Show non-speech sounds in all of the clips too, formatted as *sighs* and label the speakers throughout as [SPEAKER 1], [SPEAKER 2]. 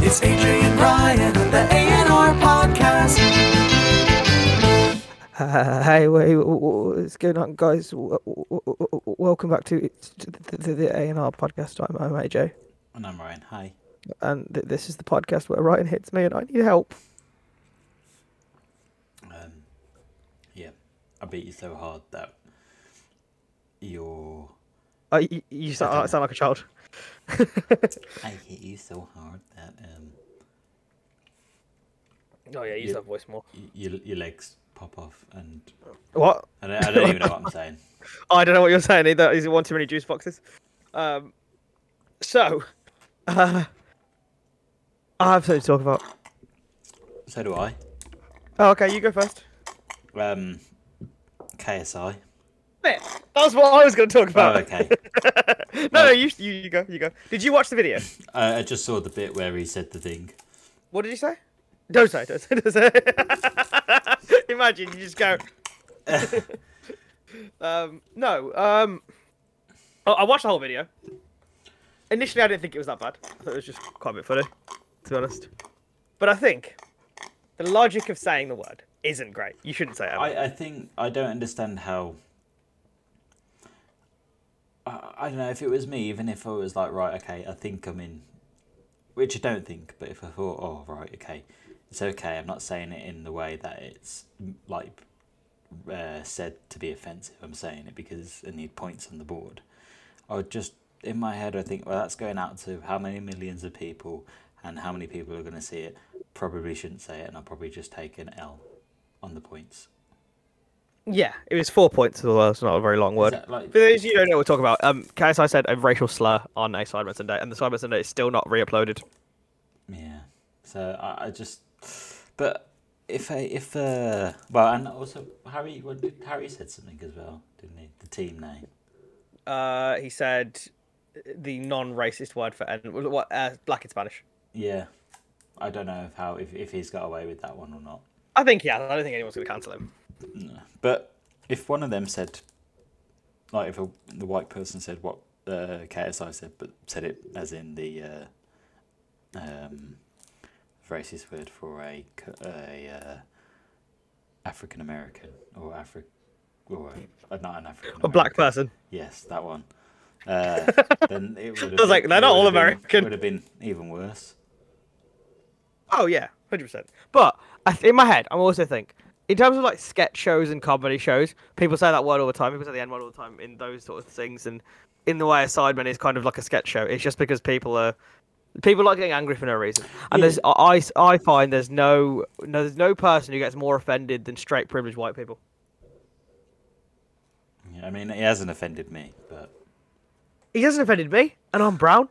[SPEAKER 1] It's AJ and Ryan on the A&R podcast.
[SPEAKER 2] Uh, Hey, wait, wh- wh- what's going on, guys? W- w- w- w- Welcome back to to the- the- the A and R podcast. I'm, I'm AJ,
[SPEAKER 3] And I'm Oh, Ryan. Hi.
[SPEAKER 2] and th- this is the podcast where Ryan hits me, and I need help.
[SPEAKER 3] Um, yeah, I beat you so hard that you're.
[SPEAKER 2] Uh, you, you sound, I sound like a child.
[SPEAKER 3] I hit you so hard that um,
[SPEAKER 2] Oh yeah,
[SPEAKER 3] use Yeah. that
[SPEAKER 2] voice more.
[SPEAKER 3] y- your your legs pop off, and
[SPEAKER 2] What?
[SPEAKER 3] I don't, I don't even know what I'm saying.
[SPEAKER 2] I don't know what you're saying either. Is it one too many juice boxes? Um, so, uh, I have something to talk about.
[SPEAKER 3] So do I.
[SPEAKER 2] Oh, okay, you go first.
[SPEAKER 3] Um, KSI.
[SPEAKER 2] Meh, That was what I was going to talk
[SPEAKER 3] Oh,
[SPEAKER 2] about.
[SPEAKER 3] okay.
[SPEAKER 2] no, no, you, you, you go, you go. Did you watch the video?
[SPEAKER 3] I, I just saw the bit where he said the thing.
[SPEAKER 2] What did you say? Don't say, don't say, don't say. *laughs* Imagine you just go. *laughs* um, no, um, I, I watched the whole video. Initially, I didn't think it was that bad. I thought it was just quite a bit funny, to be honest. But I think the logic of saying the word isn't great. You shouldn't say it. out loud.
[SPEAKER 3] I, I think I don't understand how. I, I don't know if it was me, even if I was like, right, okay, I think I'm in, which I don't think, but if I thought, oh, right, okay, it's okay, I'm not saying it in the way that it's mm, like uh, said to be offensive, I'm saying it because I need points on the board. I would just, in my head, I think, well, that's going out to how many millions of people and how many people are going to see it. Probably shouldn't say it, and I'll probably just take an L on the points.
[SPEAKER 2] Yeah, it was four points, although it's not a very long word.
[SPEAKER 3] that, like-
[SPEAKER 2] For those of you who don't know what we're talking about, um, KSI said a racial slur on a Cyber Sunday, and the Cyber Sunday is still not re uploaded.
[SPEAKER 3] Yeah. So I, I just, but if I if uh well and also Harry what did Harry said something as well didn't he the team name
[SPEAKER 2] uh, he said uh, the non-racist word for N, what uh, black in Spanish.
[SPEAKER 3] yeah I don't know if how if if he's got away with that one or not
[SPEAKER 2] I think yeah. I don't think anyone's going to cancel him.
[SPEAKER 3] but if one of them said like if a, the white person said what uh, KSI said but said it as in the uh, um racist word for a c- a uh, African American or Afri or a, uh, not an African
[SPEAKER 2] A black person.
[SPEAKER 3] Yes, that one. Uh,
[SPEAKER 2] *laughs*
[SPEAKER 3] then it would have
[SPEAKER 2] I was like,
[SPEAKER 3] been-
[SPEAKER 2] they're
[SPEAKER 3] it
[SPEAKER 2] not all
[SPEAKER 3] would have been-
[SPEAKER 2] American.
[SPEAKER 3] It would have been even worse.
[SPEAKER 2] Oh yeah, hundred percent. But I th- in my head, I'm also think in terms of like sketch shows and comedy shows, people say that word all the time. People say the N word all the time in those sort of things. And in the way a Sidemen is kind of like a sketch show, it's just because people are people like getting angry for no reason. And there's I, I I find there's no no there's no person who gets more offended than straight privileged white people.
[SPEAKER 3] Yeah, I mean, it hasn't offended me, but
[SPEAKER 2] He hasn't offended me, and I'm brown.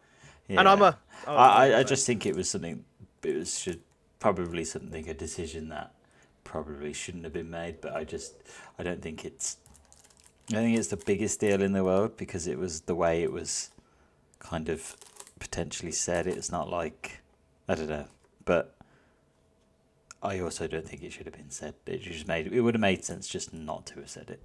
[SPEAKER 2] And I'm
[SPEAKER 3] yeah.
[SPEAKER 2] a- oh,
[SPEAKER 3] I,
[SPEAKER 2] yeah,
[SPEAKER 3] I, I
[SPEAKER 2] sorry.
[SPEAKER 3] just think it was something. It was should probably something a decision that probably shouldn't have been made. But I just I don't think it's. I think it's the biggest deal in the world because it was the way it was, kind of, potentially said. It's not like I don't know, but I also don't think it should have been said. It just made it would have made sense just not to have said it.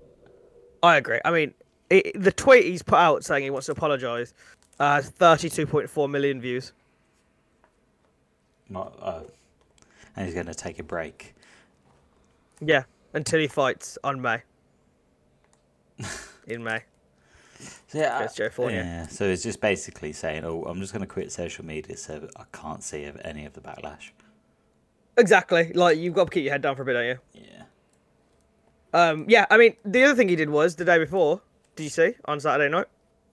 [SPEAKER 2] I agree. I mean, it, the tweet he's put out saying he wants to apologise uh, has 32.4 million views.
[SPEAKER 3] Not, uh, and he's going to take a break.
[SPEAKER 2] Yeah, until he fights on May. In *laughs* May.
[SPEAKER 3] So, yeah,
[SPEAKER 2] Against
[SPEAKER 3] I-
[SPEAKER 2] Joe Fournier.
[SPEAKER 3] Yeah, so it's just basically saying, "Oh, I'm just going to quit social media, so I can't see of any of the backlash."
[SPEAKER 2] Exactly. Like, you've got to keep your head down for a bit, don't you?
[SPEAKER 3] Yeah,
[SPEAKER 2] Um, yeah, I mean, the other thing he did was the day before, did you see, on Saturday night?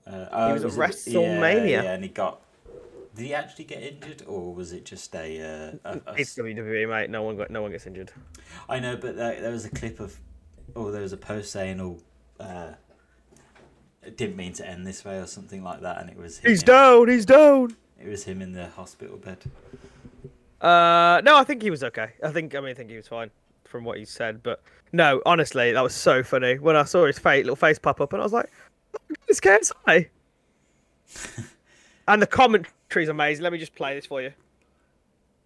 [SPEAKER 3] uh, oh,
[SPEAKER 2] He was at
[SPEAKER 3] it- yeah,
[SPEAKER 2] WrestleMania.
[SPEAKER 3] Yeah, and he got. Did he actually get injured, or was it just a? Uh, a- a
[SPEAKER 2] It's WWE, mate. No one, got, no one gets injured.
[SPEAKER 3] I know, but there, there was a clip of, or there was a post saying, "Oh, uh, it didn't mean to end this way," or something like that, and it was. Him
[SPEAKER 2] He's
[SPEAKER 3] in-
[SPEAKER 2] down. He's down.
[SPEAKER 3] It was him in the hospital bed.
[SPEAKER 2] Uh, no, I think he was okay. I think I mean I think he was fine from what he said, but no, honestly, that was so funny when I saw his face, little face pop up, and I was like, oh, "It's KSI."
[SPEAKER 3] *laughs*
[SPEAKER 2] and the commentary's amazing. Let me just play this for you.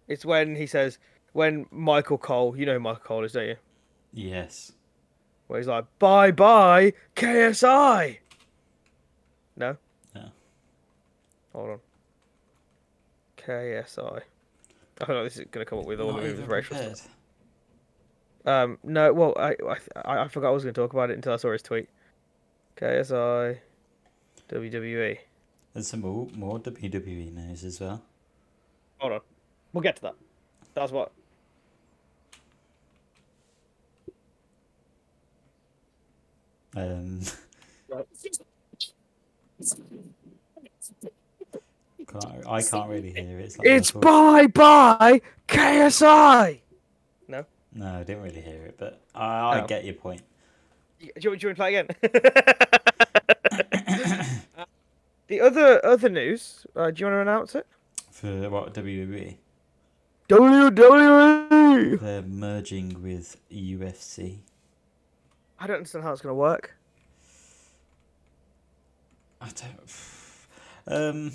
[SPEAKER 2] It's when he says, "When Michael Cole, you know who Michael Cole is, don't you?"
[SPEAKER 3] Yes.
[SPEAKER 2] Where he's like, "Bye bye KSI." No,
[SPEAKER 3] Yeah.
[SPEAKER 2] hold on. KSI. I don't know. This is gonna come up with all
[SPEAKER 3] Not
[SPEAKER 2] the movies
[SPEAKER 3] even
[SPEAKER 2] racial.
[SPEAKER 3] prepared.
[SPEAKER 2] Um, no, well, I, I, I forgot I was going to talk about it until I saw his tweet. KSI, WWE.
[SPEAKER 3] There's some more, more WWE news as well.
[SPEAKER 2] Hold on, we'll get to that. That's what.
[SPEAKER 3] Um, can't, I can't really hear it. It's, like my
[SPEAKER 2] It's
[SPEAKER 3] voice-
[SPEAKER 2] bye bye KSI. No,
[SPEAKER 3] No, I didn't really hear it, but I, I
[SPEAKER 2] Oh.
[SPEAKER 3] get your point.
[SPEAKER 2] do you, do you want to play again? Uh, *laughs* the other other news. Uh, do you want to announce it?
[SPEAKER 3] For what WWE,
[SPEAKER 2] WWE.
[SPEAKER 3] they're merging with UFC.
[SPEAKER 2] I don't understand how it's going to work.
[SPEAKER 3] I don't. *sighs* Um,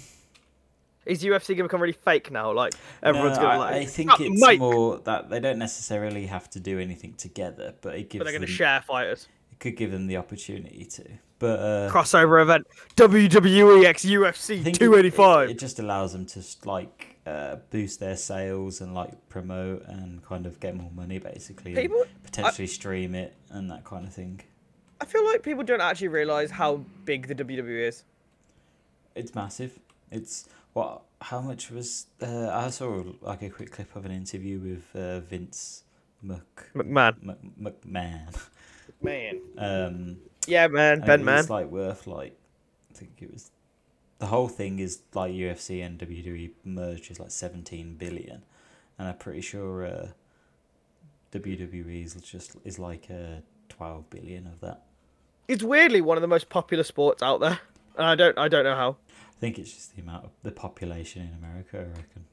[SPEAKER 2] Is UFC going to become really fake now? Like everyone's
[SPEAKER 3] no,
[SPEAKER 2] going
[SPEAKER 3] I,
[SPEAKER 2] to like.
[SPEAKER 3] I think
[SPEAKER 2] "Fuck the
[SPEAKER 3] it's
[SPEAKER 2] mic,"
[SPEAKER 3] more that they don't necessarily have to do anything together, but it gives
[SPEAKER 2] But they're going
[SPEAKER 3] them,
[SPEAKER 2] to share fighters.
[SPEAKER 3] it could give them the opportunity to. But uh,
[SPEAKER 2] crossover event WWE x UFC
[SPEAKER 3] I think it-
[SPEAKER 2] 285.
[SPEAKER 3] It, it just allows them to like uh, boost their sales and like promote and kind of get more money, basically. and
[SPEAKER 2] People-
[SPEAKER 3] potentially stream it and that kind of thing.
[SPEAKER 2] I feel like people don't actually realize how big the WWE is.
[SPEAKER 3] It's massive. It's what? How much was? Uh, I saw like a quick clip of an interview with uh, Vince Mc,
[SPEAKER 2] McMahon,
[SPEAKER 3] Mc McMahon.
[SPEAKER 2] man,
[SPEAKER 3] *laughs* Um,
[SPEAKER 2] yeah, man,
[SPEAKER 3] and
[SPEAKER 2] Ben,
[SPEAKER 3] it
[SPEAKER 2] man.
[SPEAKER 3] was like worth like I think it was the whole thing is like UFC and WWE merged is like seventeen billion, and I'm pretty sure uh, WWE is just is like uh, twelve billion of that.
[SPEAKER 2] It's weirdly one of the most popular sports out there, and I don't, I don't know how.
[SPEAKER 3] I think it's just the amount of the population in America. I reckon.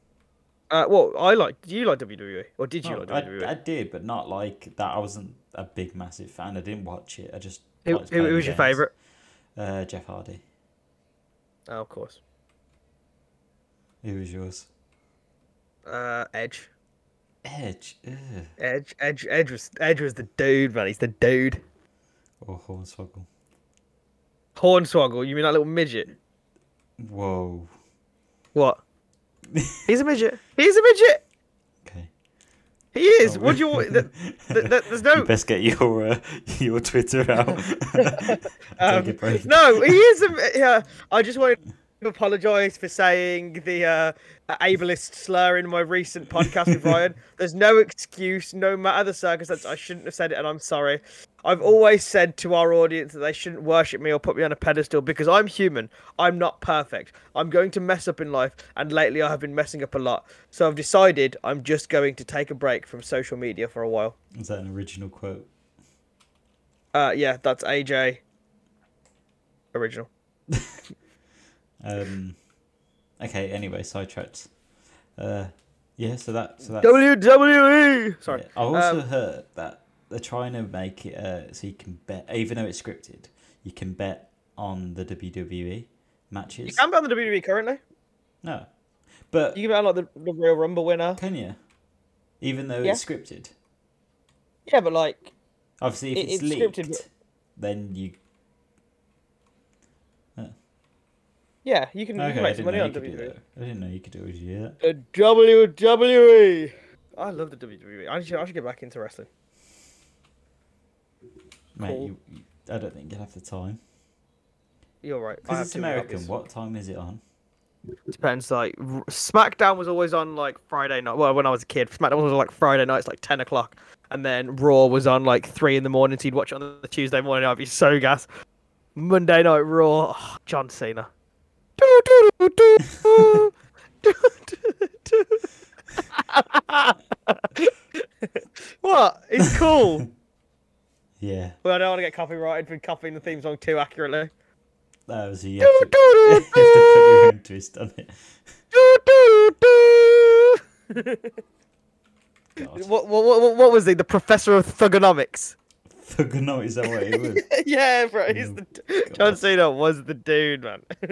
[SPEAKER 2] Uh, well, I like. Do you like WWE, or did you
[SPEAKER 3] No,
[SPEAKER 2] like E? WWE?
[SPEAKER 3] Oh, I, I did, but not like that. I wasn't a big massive fan. I didn't watch it. I just.
[SPEAKER 2] who,
[SPEAKER 3] liked
[SPEAKER 2] who-
[SPEAKER 3] playing
[SPEAKER 2] who
[SPEAKER 3] the
[SPEAKER 2] was your
[SPEAKER 3] games.
[SPEAKER 2] favorite?
[SPEAKER 3] Uh, Jeff Hardy.
[SPEAKER 2] Oh, of course,
[SPEAKER 3] Who was yours?
[SPEAKER 2] uh, Edge.
[SPEAKER 3] Edge. Ugh.
[SPEAKER 2] Edge, Edge, Edge was Edge was the dude, man. He's the dude.
[SPEAKER 3] Or Oh, Hornswoggle.
[SPEAKER 2] Hornswoggle, you mean that little midget?
[SPEAKER 3] Whoa. *laughs*
[SPEAKER 2] What? He's a midget. He's a midget.
[SPEAKER 3] Okay.
[SPEAKER 2] He is. What do you? want- Th- th- th- there's no.
[SPEAKER 3] You *laughs* best get your uh, your Twitter
[SPEAKER 2] *laughs*
[SPEAKER 3] out. *laughs*
[SPEAKER 2] Um,
[SPEAKER 3] Take a break.
[SPEAKER 2] no, he is. A, yeah, I just want to apologise for saying the uh, ableist slur in my recent podcast with Ryan. There's no excuse, no matter the circumstance. I shouldn't have said it, and I'm sorry. I've always said to our audience that they shouldn't worship me or put me on a pedestal because I'm human. I'm not perfect. I'm going to mess up in life, and lately I have been messing up a lot. So I've decided I'm just going to take a break from social media for a while.
[SPEAKER 3] Is that an original quote?
[SPEAKER 2] Uh, yeah, that's AJ. Original.
[SPEAKER 3] Um, okay. Anyway, sidetracked. Uh, yeah. So that. So that's,
[SPEAKER 2] WWE. E! Sorry.
[SPEAKER 3] I
[SPEAKER 2] Um,
[SPEAKER 3] uh, also heard that they're trying to make it uh, so you can bet, even though it's scripted, you can bet on the WWE matches.
[SPEAKER 2] You can bet on the WWE currently.
[SPEAKER 3] No, but
[SPEAKER 2] You can bet on like the, the Royal Rumble winner.
[SPEAKER 3] can you? Even though it's scripted.
[SPEAKER 2] Yeah, but like
[SPEAKER 3] Obviously, if
[SPEAKER 2] It-
[SPEAKER 3] it's,
[SPEAKER 2] it's
[SPEAKER 3] leaked,
[SPEAKER 2] scripted, but-
[SPEAKER 3] then you.
[SPEAKER 2] yeah, you can, you
[SPEAKER 3] Okay,
[SPEAKER 2] can
[SPEAKER 3] I
[SPEAKER 2] make some money
[SPEAKER 3] didn't know you
[SPEAKER 2] on E.
[SPEAKER 3] could do
[SPEAKER 2] WWE.
[SPEAKER 3] that. I didn't know you could always do that.
[SPEAKER 2] The E! WWE. I love the WWE. I should I should get back into wrestling.
[SPEAKER 3] Mate,
[SPEAKER 2] Cool.
[SPEAKER 3] you, you- I don't think you'd have the time.
[SPEAKER 2] You're right. I
[SPEAKER 3] Because
[SPEAKER 2] have
[SPEAKER 3] it's
[SPEAKER 2] to give up
[SPEAKER 3] American.
[SPEAKER 2] this.
[SPEAKER 3] What time is it on?
[SPEAKER 2] Depends. Like r- SmackDown was always on like Friday night. Well, when I was a kid, SmackDown was on like Friday nights, like ten o'clock, and then Raw was on like three in the morning. So you'd watch it on the Tuesday morning. I'd be so gas. Monday night Raw. Oh, John Cena. Do, do, do, do, do. Do, do, do. what? It's cool.
[SPEAKER 3] Yeah,
[SPEAKER 2] well, I don't want to get copyrighted for copying the theme song too accurately.
[SPEAKER 3] that was a. You have, to, you have to put
[SPEAKER 2] *laughs*
[SPEAKER 3] your own twist on it.
[SPEAKER 2] Do, do, do.
[SPEAKER 3] *laughs*
[SPEAKER 2] *laughs*
[SPEAKER 3] God.
[SPEAKER 2] What, what, what, what was he? The professor of thugonomics.
[SPEAKER 3] Fucking no, is that what it was?
[SPEAKER 2] *laughs* yeah, bro. He's
[SPEAKER 3] Oh,
[SPEAKER 2] the John Cena was the dude, man. *laughs*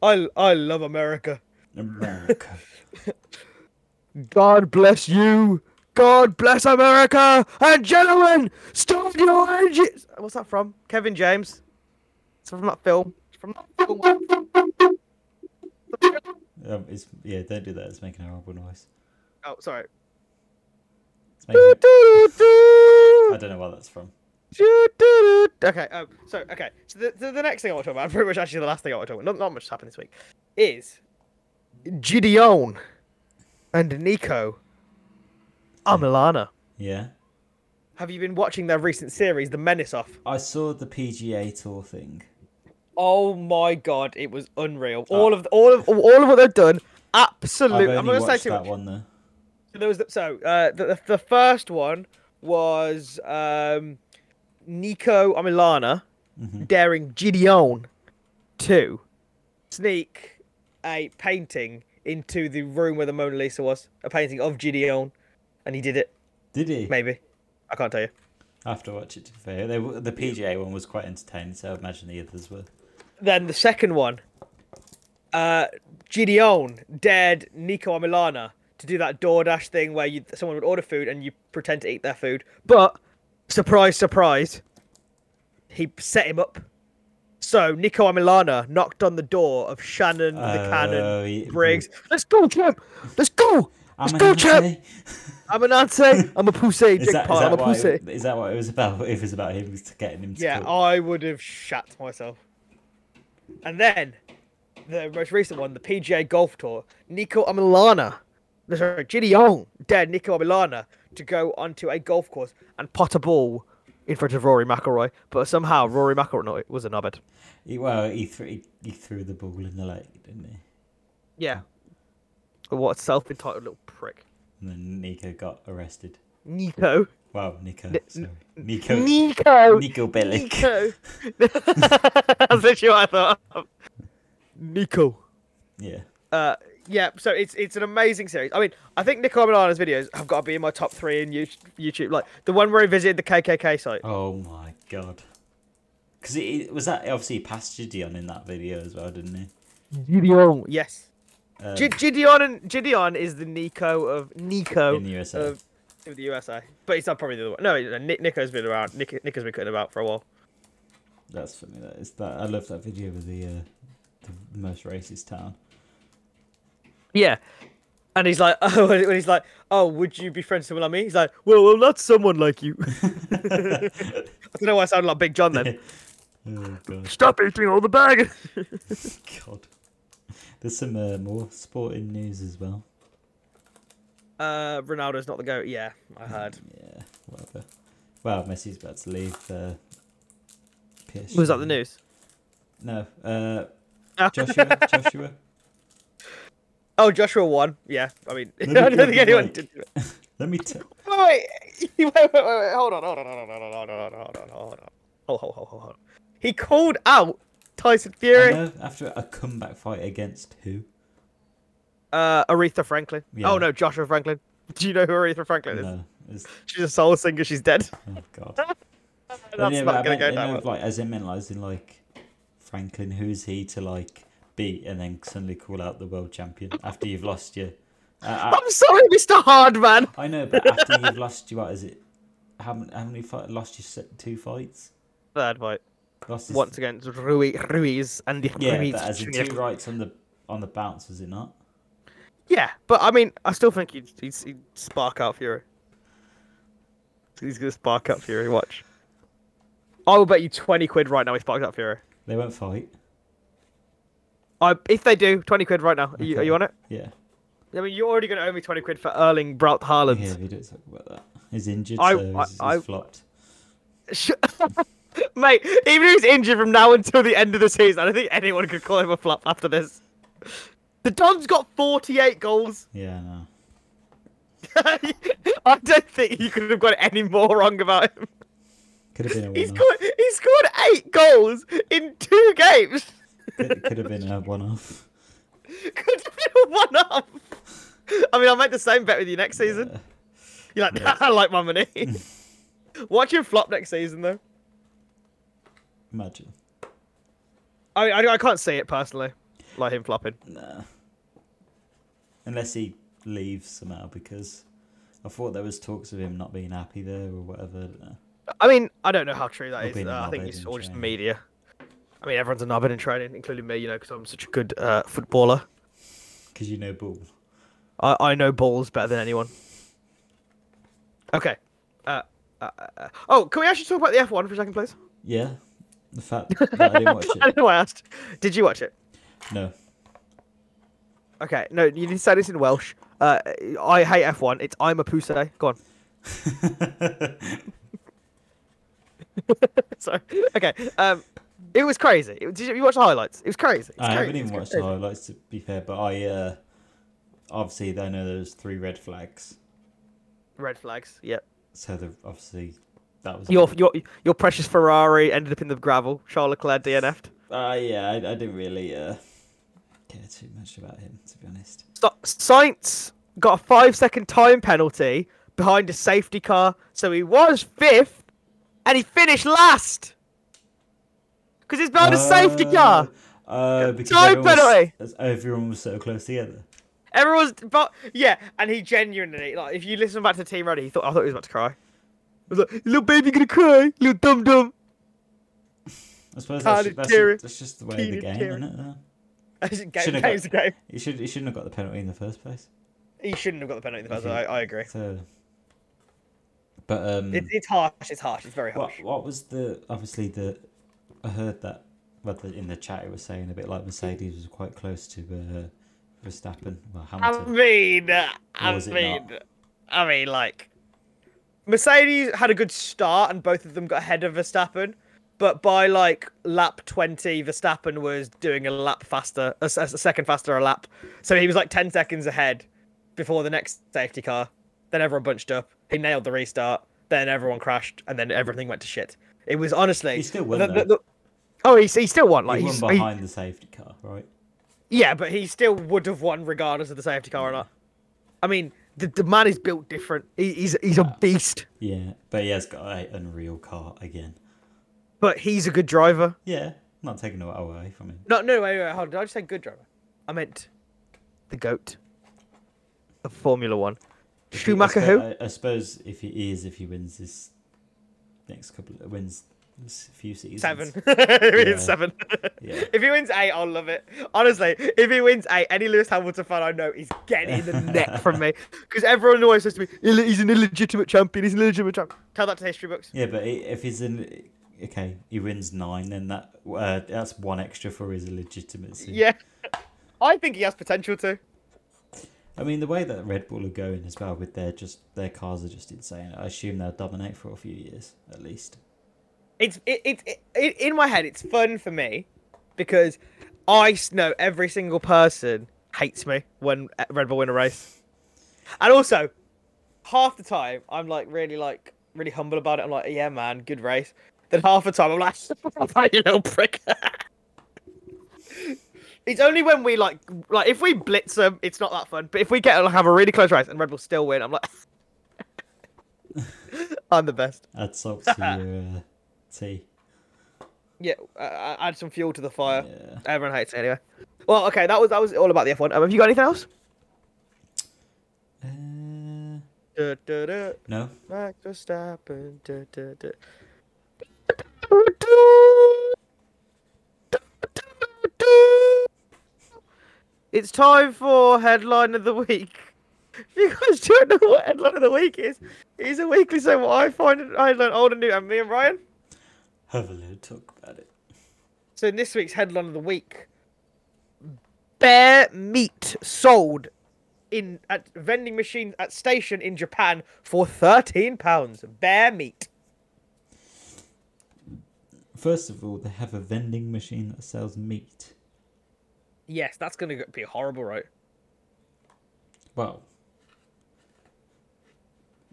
[SPEAKER 2] I I love America.
[SPEAKER 3] America.
[SPEAKER 2] God bless you. God bless America. And gentlemen, stop your engines. What's that from? Kevin *laughs* James. It's from that film. It's from that film.
[SPEAKER 3] Um, it's yeah. Don't do that. It's making a horrible noise.
[SPEAKER 2] Oh, sorry.
[SPEAKER 3] It's making, I
[SPEAKER 2] Do-do-do-do.
[SPEAKER 3] don't know where that's from.
[SPEAKER 2] Do-do-do. Okay, um, so okay, so the, the, the next thing I want to talk about, *laughs* and pretty much actually the last thing I want to talk about, not, not much happened this week, is Gideon and Nico are Ah, Milana.
[SPEAKER 3] Yeah.
[SPEAKER 2] Have you been watching their recent series, The Menace Off?
[SPEAKER 3] I saw the PGA Tour thing.
[SPEAKER 2] Oh my god, it was unreal. All of all of all of what they've done,
[SPEAKER 3] I've
[SPEAKER 2] absolutely. I'm
[SPEAKER 3] only
[SPEAKER 2] not gonna
[SPEAKER 3] watched
[SPEAKER 2] say too
[SPEAKER 3] that
[SPEAKER 2] much.
[SPEAKER 3] one though.
[SPEAKER 2] So there was the, so uh, the, the the first one was um, Nico Amilana daring Gideon to sneak a painting into the room where the Mona Lisa was, a painting of Gideon, and he did it.
[SPEAKER 3] Did he?
[SPEAKER 2] Maybe I can't tell you.
[SPEAKER 3] I have to watch it to be fair. They, were- the PGA one was quite entertaining, so I imagine the others were.
[SPEAKER 2] Then the second one, uh, Gideon dared Nico Amilana to do that DoorDash thing where you someone would order food and you pretend to eat their food. But surprise, surprise, he set him up. So Nico Amilana knocked on the door of Shannon the
[SPEAKER 3] Oh,
[SPEAKER 2] Cannon
[SPEAKER 3] yeah.
[SPEAKER 2] Briggs. Let's go, champ! Let's go! Let's
[SPEAKER 3] Amanante?
[SPEAKER 2] go, champ! I'm an ante. I'm a pussy.
[SPEAKER 3] Is
[SPEAKER 2] Jake
[SPEAKER 3] that, is,
[SPEAKER 2] Parr, I'm
[SPEAKER 3] that
[SPEAKER 2] a
[SPEAKER 3] what
[SPEAKER 2] pussy.
[SPEAKER 3] it, is that what it was about? *laughs* If it was about him to getting him to
[SPEAKER 2] Yeah,
[SPEAKER 3] cook?
[SPEAKER 2] I would have shat myself. And then the most recent one, the PGA Golf Tour, Nico Amilana, no, sorry, Gideon dared Nico Amilana to go onto a golf course and pot a ball in front of Rory McIlroy, but somehow Rory McIlroy was a knobhead.
[SPEAKER 3] He, well, he threw, he, he threw the ball in the lake, didn't he?
[SPEAKER 2] Yeah. What a self-entitled little prick.
[SPEAKER 3] And then Nico got arrested.
[SPEAKER 2] Nico.
[SPEAKER 3] Wow, Nico. sorry. Nico.
[SPEAKER 2] Nico.
[SPEAKER 3] Nico Bellic.
[SPEAKER 2] Nico. *laughs* That's literally what I thought. of. Nico.
[SPEAKER 3] Yeah.
[SPEAKER 2] uh, yeah, so it's it's an amazing series. I mean, I think Nico Milano's videos have got to be in my top three in Yout- YouTube. Like the one where he visited the KKK site.
[SPEAKER 3] Oh my god. Because it, it- was that obviously he passed Gideon in that video as well, didn't he?
[SPEAKER 2] Gideon. Yes.
[SPEAKER 3] Um,
[SPEAKER 2] G- Gideon and Gideon is the Nico of Nico
[SPEAKER 3] In the USA.
[SPEAKER 2] of, of the USA, but it's not probably the other one. No, no, Nick, Nico's been around. Nick, Nico's been cutting about for a while.
[SPEAKER 3] That's funny. That is that. I love that video of the uh, the most racist town.
[SPEAKER 2] Yeah. And he's like, *laughs* oh, when he's like, oh, would you be friends with someone like me? He's like, well, well, not someone like
[SPEAKER 3] *laughs*
[SPEAKER 2] you. *laughs* I don't know why I sounded like Big John then.
[SPEAKER 3] Oh god,
[SPEAKER 2] Stop eating all the *laughs* bag.
[SPEAKER 3] god. There's some uh, more sporting news as well.
[SPEAKER 2] Uh, Ronaldo's not the goat. Yeah, I heard.
[SPEAKER 3] Yeah, whatever. Well, Messi's about to leave. Uh, PSG.
[SPEAKER 2] Was that the news?
[SPEAKER 3] No, uh,
[SPEAKER 2] Ah.
[SPEAKER 3] Joshua. Joshua.
[SPEAKER 2] Oh, Joshua won. Yeah, I mean, *laughs* I
[SPEAKER 3] me
[SPEAKER 2] don't
[SPEAKER 3] get
[SPEAKER 2] think
[SPEAKER 3] the
[SPEAKER 2] anyone
[SPEAKER 3] mic.
[SPEAKER 2] did. Wait,
[SPEAKER 3] Let me. T-
[SPEAKER 2] wait, wait, wait, wait, wait, hold on, hold on, hold on, hold on, hold on, hold on, hold on, hold on, hold on, hold on, hold on. He called out Tyson
[SPEAKER 3] I
[SPEAKER 2] Fury,
[SPEAKER 3] know, after a comeback fight against who?
[SPEAKER 2] uh, Aretha Franklin.
[SPEAKER 3] Yeah.
[SPEAKER 2] Oh no, Joshua Franklin. Do you know who Aretha Franklin is?
[SPEAKER 3] No, it's,
[SPEAKER 2] She's a soul singer. She's dead.
[SPEAKER 3] oh god.
[SPEAKER 2] *laughs* That's
[SPEAKER 3] yeah, but I
[SPEAKER 2] not gonna
[SPEAKER 3] meant
[SPEAKER 2] go
[SPEAKER 3] in
[SPEAKER 2] down.
[SPEAKER 3] of,
[SPEAKER 2] well.
[SPEAKER 3] like as in meant like, as in like Franklin, who's he to like beat and then suddenly call out the world champion after you've lost your. Uh,
[SPEAKER 2] I'm sorry, Mr. Hardman.
[SPEAKER 3] I, I know, but after you've lost your, what is it? How many? How many fight, lost your set, two fights?
[SPEAKER 2] Third fight
[SPEAKER 3] Lost his,
[SPEAKER 2] once against Rui, Ruiz and the
[SPEAKER 3] yeah,
[SPEAKER 2] Ruiz.
[SPEAKER 3] but as in
[SPEAKER 2] Jr.
[SPEAKER 3] two rights on the on the bounce, was it not?
[SPEAKER 2] Yeah, but I mean, I still think he'd, he'd, he'd spark out Fury. He's gonna spark out Fury. Watch. I will bet you twenty quid right now he sparks out Fury.
[SPEAKER 3] They won't fight.
[SPEAKER 2] I if they do, twenty quid right now. Are you, are
[SPEAKER 3] Okay.
[SPEAKER 2] you on it?
[SPEAKER 3] Yeah.
[SPEAKER 2] I mean, you're already gonna owe me twenty quid for Erling Braut Haaland.
[SPEAKER 3] Yeah, we don't talk about that. He's injured,
[SPEAKER 2] I-
[SPEAKER 3] so he's,
[SPEAKER 2] I-
[SPEAKER 3] he's
[SPEAKER 2] I-
[SPEAKER 3] flopped.
[SPEAKER 2] Sh- *laughs* Mate, even if he's injured from now until the end of the season, I don't think anyone could call him a flop after this. The Don's got forty-eight goals. *laughs*
[SPEAKER 3] Yeah, no.
[SPEAKER 2] I don't think you could have got any more wrong about him. *laughs*
[SPEAKER 3] Could have been a
[SPEAKER 2] He
[SPEAKER 3] one-off.
[SPEAKER 2] scored. He scored eight goals in two games. *laughs*
[SPEAKER 3] Could, could have been a one-off.
[SPEAKER 2] Could have been one up. I mean, I'll make the same bet with you next season.
[SPEAKER 3] Yeah.
[SPEAKER 2] You're like, *laughs* I like my
[SPEAKER 3] *laughs*
[SPEAKER 2] money. Watch him flop next season, though.
[SPEAKER 3] Imagine.
[SPEAKER 2] I mean, I, I can't see it personally, like him flopping.
[SPEAKER 3] Nah. Unless he leaves somehow, because I thought there was talks of him not being happy there or whatever. I don't know.
[SPEAKER 2] I mean, I don't know how true that
[SPEAKER 3] Or
[SPEAKER 2] is.
[SPEAKER 3] being a
[SPEAKER 2] Uh, I think
[SPEAKER 3] knobhead
[SPEAKER 2] it's
[SPEAKER 3] in
[SPEAKER 2] all just
[SPEAKER 3] training.
[SPEAKER 2] media. I mean, everyone's a knobbing in training, including me, you know, because I'm such a good uh, footballer.
[SPEAKER 3] because you know ball.
[SPEAKER 2] I, I know balls better than anyone. Okay. Uh, uh, uh, uh, oh, can we actually talk about the F1 for a second, please?
[SPEAKER 3] Yeah,
[SPEAKER 2] *laughs*
[SPEAKER 3] the fact that I didn't watch
[SPEAKER 2] I
[SPEAKER 3] it.
[SPEAKER 2] *laughs* don't know why I asked. Did you watch it?
[SPEAKER 3] No,
[SPEAKER 2] Okay. No, you need to say this in Welsh. Uh, I hate F1. It's I'm a pussy. Go on. *laughs* Sorry. Okay. Um, it was crazy. It- did you, you watch the highlights? It was crazy. It's
[SPEAKER 3] *laughs* I
[SPEAKER 2] crazy.
[SPEAKER 3] haven't even
[SPEAKER 2] It's
[SPEAKER 3] watched the
[SPEAKER 2] crazy.
[SPEAKER 3] highlights to be fair. But I uh, obviously I know there's three red flags,
[SPEAKER 2] Red flags. Yep.
[SPEAKER 3] so the, obviously that was
[SPEAKER 2] Your your your precious Ferrari ended up in the gravel. Charles Leclerc DNF'd.
[SPEAKER 3] Uh, yeah, I, I didn't really uh, care too much about him to be honest.
[SPEAKER 2] Stop. Sainz got a five second time penalty behind a safety car, so he was fifth, and he finished last because he's behind a safety car.
[SPEAKER 3] Uh, uh, because
[SPEAKER 2] Time
[SPEAKER 3] everyone
[SPEAKER 2] penalty!
[SPEAKER 3] Was, everyone was so close together.
[SPEAKER 2] Everyone's but yeah, and he genuinely like if you listen back to Team Ready, he thought I thought he was about to cry. He was like, little baby gonna cry, little dum dum.
[SPEAKER 3] I suppose
[SPEAKER 2] Can't
[SPEAKER 3] that's, ju- that's,
[SPEAKER 2] tear it.
[SPEAKER 3] that's just the way of
[SPEAKER 2] Keenan
[SPEAKER 3] the game,
[SPEAKER 2] tear
[SPEAKER 3] isn't it? though?
[SPEAKER 2] Game,
[SPEAKER 3] Should've
[SPEAKER 2] game's a
[SPEAKER 3] got-
[SPEAKER 2] game.
[SPEAKER 3] He should he shouldn't have got the penalty in the first place.
[SPEAKER 2] He shouldn't have got the penalty in the
[SPEAKER 3] If
[SPEAKER 2] first.
[SPEAKER 3] he-
[SPEAKER 2] I, I agree.
[SPEAKER 3] So, but um,
[SPEAKER 2] It's it's harsh. It's harsh. It's very harsh.
[SPEAKER 3] what what was the obviously the I heard that well, the, in the chat it was saying a bit like Mercedes was quite close to uh, Verstappen, well
[SPEAKER 2] I
[SPEAKER 3] Hamilton.
[SPEAKER 2] mean, uh, I
[SPEAKER 3] was it
[SPEAKER 2] mean,
[SPEAKER 3] not?
[SPEAKER 2] I mean, like, Mercedes had a good start, and both of them got ahead of Verstappen. But by like lap twenty, Verstappen was doing a lap faster, a, s- a second faster a lap. So he was like ten seconds ahead before the next safety car. Then everyone bunched up. He nailed the restart. Then everyone crashed, and then everything went to shit. It was honestly.
[SPEAKER 3] He still won,
[SPEAKER 2] the-
[SPEAKER 3] though.
[SPEAKER 2] the- the- oh, he, he still won. Like
[SPEAKER 3] He
[SPEAKER 2] he
[SPEAKER 3] won
[SPEAKER 2] he-
[SPEAKER 3] behind the safety car, right?
[SPEAKER 2] yeah, but he still would have won regardless of the safety car or not. I mean, the, the man is built different. He, he's he's a beast,
[SPEAKER 3] Yeah, but he has got a unreal car again.
[SPEAKER 2] but he's a good driver.
[SPEAKER 3] Yeah, not taking it away from him.
[SPEAKER 2] No, no, wait, wait, hold on. Did I just say good driver? I meant the goat of Formula One. Schumacher,
[SPEAKER 3] I,
[SPEAKER 2] who?
[SPEAKER 3] spo- I, I suppose if he is, if he wins this next couple, wins this few seasons. *laughs*
[SPEAKER 2] Seven. *laughs* He wins
[SPEAKER 3] Yeah.
[SPEAKER 2] seven. *laughs*
[SPEAKER 3] Yeah.
[SPEAKER 2] If he wins eight, I'll love it. Honestly, if he wins eight, any Lewis Hamilton fan I know is getting the neck from me because everyone always says to me, "Ill- "He's an illegitimate champion. He's an illegitimate champion." Tell that to history books.
[SPEAKER 3] Yeah, but i- if he's in, okay, he wins nine, then that uh, that's one extra for his legitimacy.
[SPEAKER 2] Yeah, *laughs* I think he has potential to.
[SPEAKER 3] I mean, the way that Red Bull are going as well with their just their cars are just insane. I assume they'll dominate for a few years at least.
[SPEAKER 2] it's it, it, it, it in my head it's fun for me because i s- know every single person hates me when uh, red bull win a race and also half the time i'm like really like really humble about it i'm like yeah man good race then half the time i'm like *laughs* you little prick *laughs* It's only when we like, like if we blitz them, it's not that fun. But if we get like have a really close race and Red Bull still win, I'm like, *laughs* I'm the best.
[SPEAKER 3] Add salt
[SPEAKER 2] *laughs*
[SPEAKER 3] to your uh, tea.
[SPEAKER 2] Yeah, uh, uh, add some fuel to the fire.
[SPEAKER 3] Yeah.
[SPEAKER 2] Everyone hates it anyway. Well, okay, that was that was all about the F1. Um, have you got anything else?
[SPEAKER 3] Uh,
[SPEAKER 2] Du, du, du,
[SPEAKER 3] no,
[SPEAKER 2] Max Verstappen, du, du, du. It's time for headline of the week. *laughs* If you guys don't know what headline of the week is, it's a weekly so what I find it- I learn old and new, and me and Ryan.
[SPEAKER 3] have a little talk about it.
[SPEAKER 2] So in this week's headline of the week, bear meat sold in at vending machines at station in Japan for thirteen pounds. Bear meat.
[SPEAKER 3] First of all, they have a vending machine that sells meat.
[SPEAKER 2] Yes, that's gonna be horrible, right?
[SPEAKER 3] Well,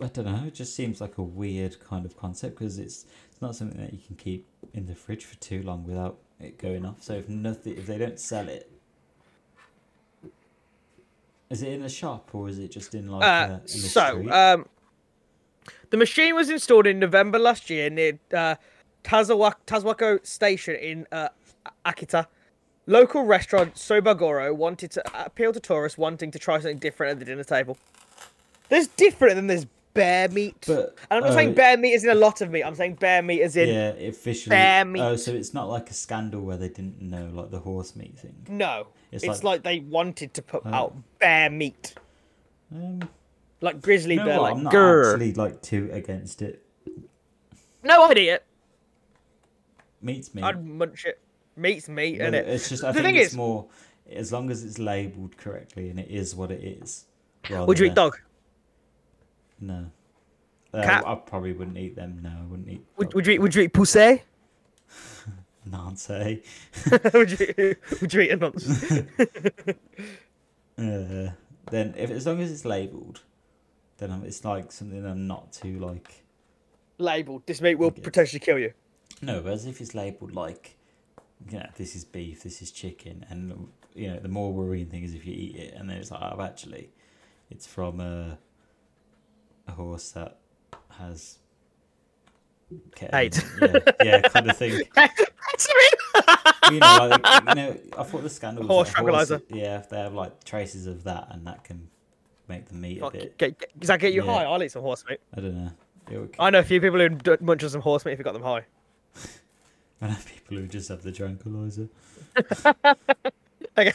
[SPEAKER 3] I don't know. It just seems like a weird kind of concept because it's it's not something that you can keep in the fridge for too long without it going off. So if nothing, if they don't sell it, is it in a shop or is it just in like
[SPEAKER 2] Uh,
[SPEAKER 3] a, in the
[SPEAKER 2] so
[SPEAKER 3] street?
[SPEAKER 2] um, the machine was installed in November last year near uh, Tazawa- Tazwako Station in uh, A- Akita. Local restaurant Sobagoro wanted to appeal to tourists wanting to try something different at the dinner table. There's different than this bare meat.
[SPEAKER 3] But-
[SPEAKER 2] and I'm not
[SPEAKER 3] oh,
[SPEAKER 2] saying
[SPEAKER 3] it-
[SPEAKER 2] bare meat is in a lot of meat. I'm saying bare meat is in
[SPEAKER 3] Yeah, officially.
[SPEAKER 2] Bear meat.
[SPEAKER 3] Oh, so it's not like a scandal where they didn't know like the horse meat thing.
[SPEAKER 2] no.
[SPEAKER 3] It's
[SPEAKER 2] It's, like...
[SPEAKER 3] like-
[SPEAKER 2] they wanted to put
[SPEAKER 3] Oh.
[SPEAKER 2] out bare meat,
[SPEAKER 3] Um,
[SPEAKER 2] like grizzly
[SPEAKER 3] you know
[SPEAKER 2] bear,
[SPEAKER 3] what,
[SPEAKER 2] like
[SPEAKER 3] I'm not
[SPEAKER 2] grr.
[SPEAKER 3] actually like too against it.
[SPEAKER 2] No, I'd eat it.
[SPEAKER 3] Meat's meat.
[SPEAKER 2] I'd munch it. Meat's meat,
[SPEAKER 3] Well,
[SPEAKER 2] and it.
[SPEAKER 3] It's just I
[SPEAKER 2] The
[SPEAKER 3] think
[SPEAKER 2] thing
[SPEAKER 3] it's
[SPEAKER 2] is-
[SPEAKER 3] more as long as it's labelled correctly and it is what it is. rather
[SPEAKER 2] Would you eat
[SPEAKER 3] than-
[SPEAKER 2] dog?
[SPEAKER 3] No. Uh,
[SPEAKER 2] Cat?
[SPEAKER 3] I probably wouldn't eat them. No, I wouldn't eat.
[SPEAKER 2] Would, would you eat? Would you eat pussy?
[SPEAKER 3] *laughs* Nancy.
[SPEAKER 2] *laughs* would you? Would you eat a nonce?
[SPEAKER 3] Uh, then if as long as it's labelled, then I'm, it's like something I'm not too like.
[SPEAKER 2] *laughs* Label. This meat will
[SPEAKER 3] Okay.
[SPEAKER 2] potentially kill *laughs* you.
[SPEAKER 3] No, whereas if it's labelled like, you know, this is beef, this is chicken, and you know, the more worrying thing is if you eat it and then it's like, oh, actually, it's from a, a horse that has. ketamine."
[SPEAKER 2] Eight.
[SPEAKER 3] Yeah, yeah, kind
[SPEAKER 2] *laughs*
[SPEAKER 3] of thing.
[SPEAKER 2] That's me.
[SPEAKER 3] You know, like, you know, I thought the scandal was
[SPEAKER 2] Horse
[SPEAKER 3] that horses-
[SPEAKER 2] tranquilizer.
[SPEAKER 3] Yeah, if they have like traces of that, and that can make the meat
[SPEAKER 2] Fuck,
[SPEAKER 3] a bit.
[SPEAKER 2] Get, get, does that get you
[SPEAKER 3] Yeah.
[SPEAKER 2] high? I'll eat some horse meat.
[SPEAKER 3] I don't know. It would-
[SPEAKER 2] I know a few people who d- munch on some horse meat if it got them high.
[SPEAKER 3] *laughs*
[SPEAKER 2] *laughs*
[SPEAKER 3] I know people who just have the tranquilizer.
[SPEAKER 2] Okay,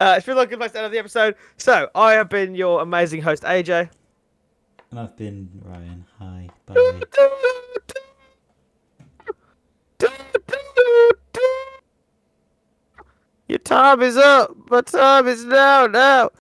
[SPEAKER 2] uh, it's been like a good place to end of the episode. So I have been your amazing host, AJ.
[SPEAKER 3] And I've been Ryan. Hi.
[SPEAKER 2] *laughs*
[SPEAKER 3] Bye.
[SPEAKER 2] Your time is up. My time is now. Now.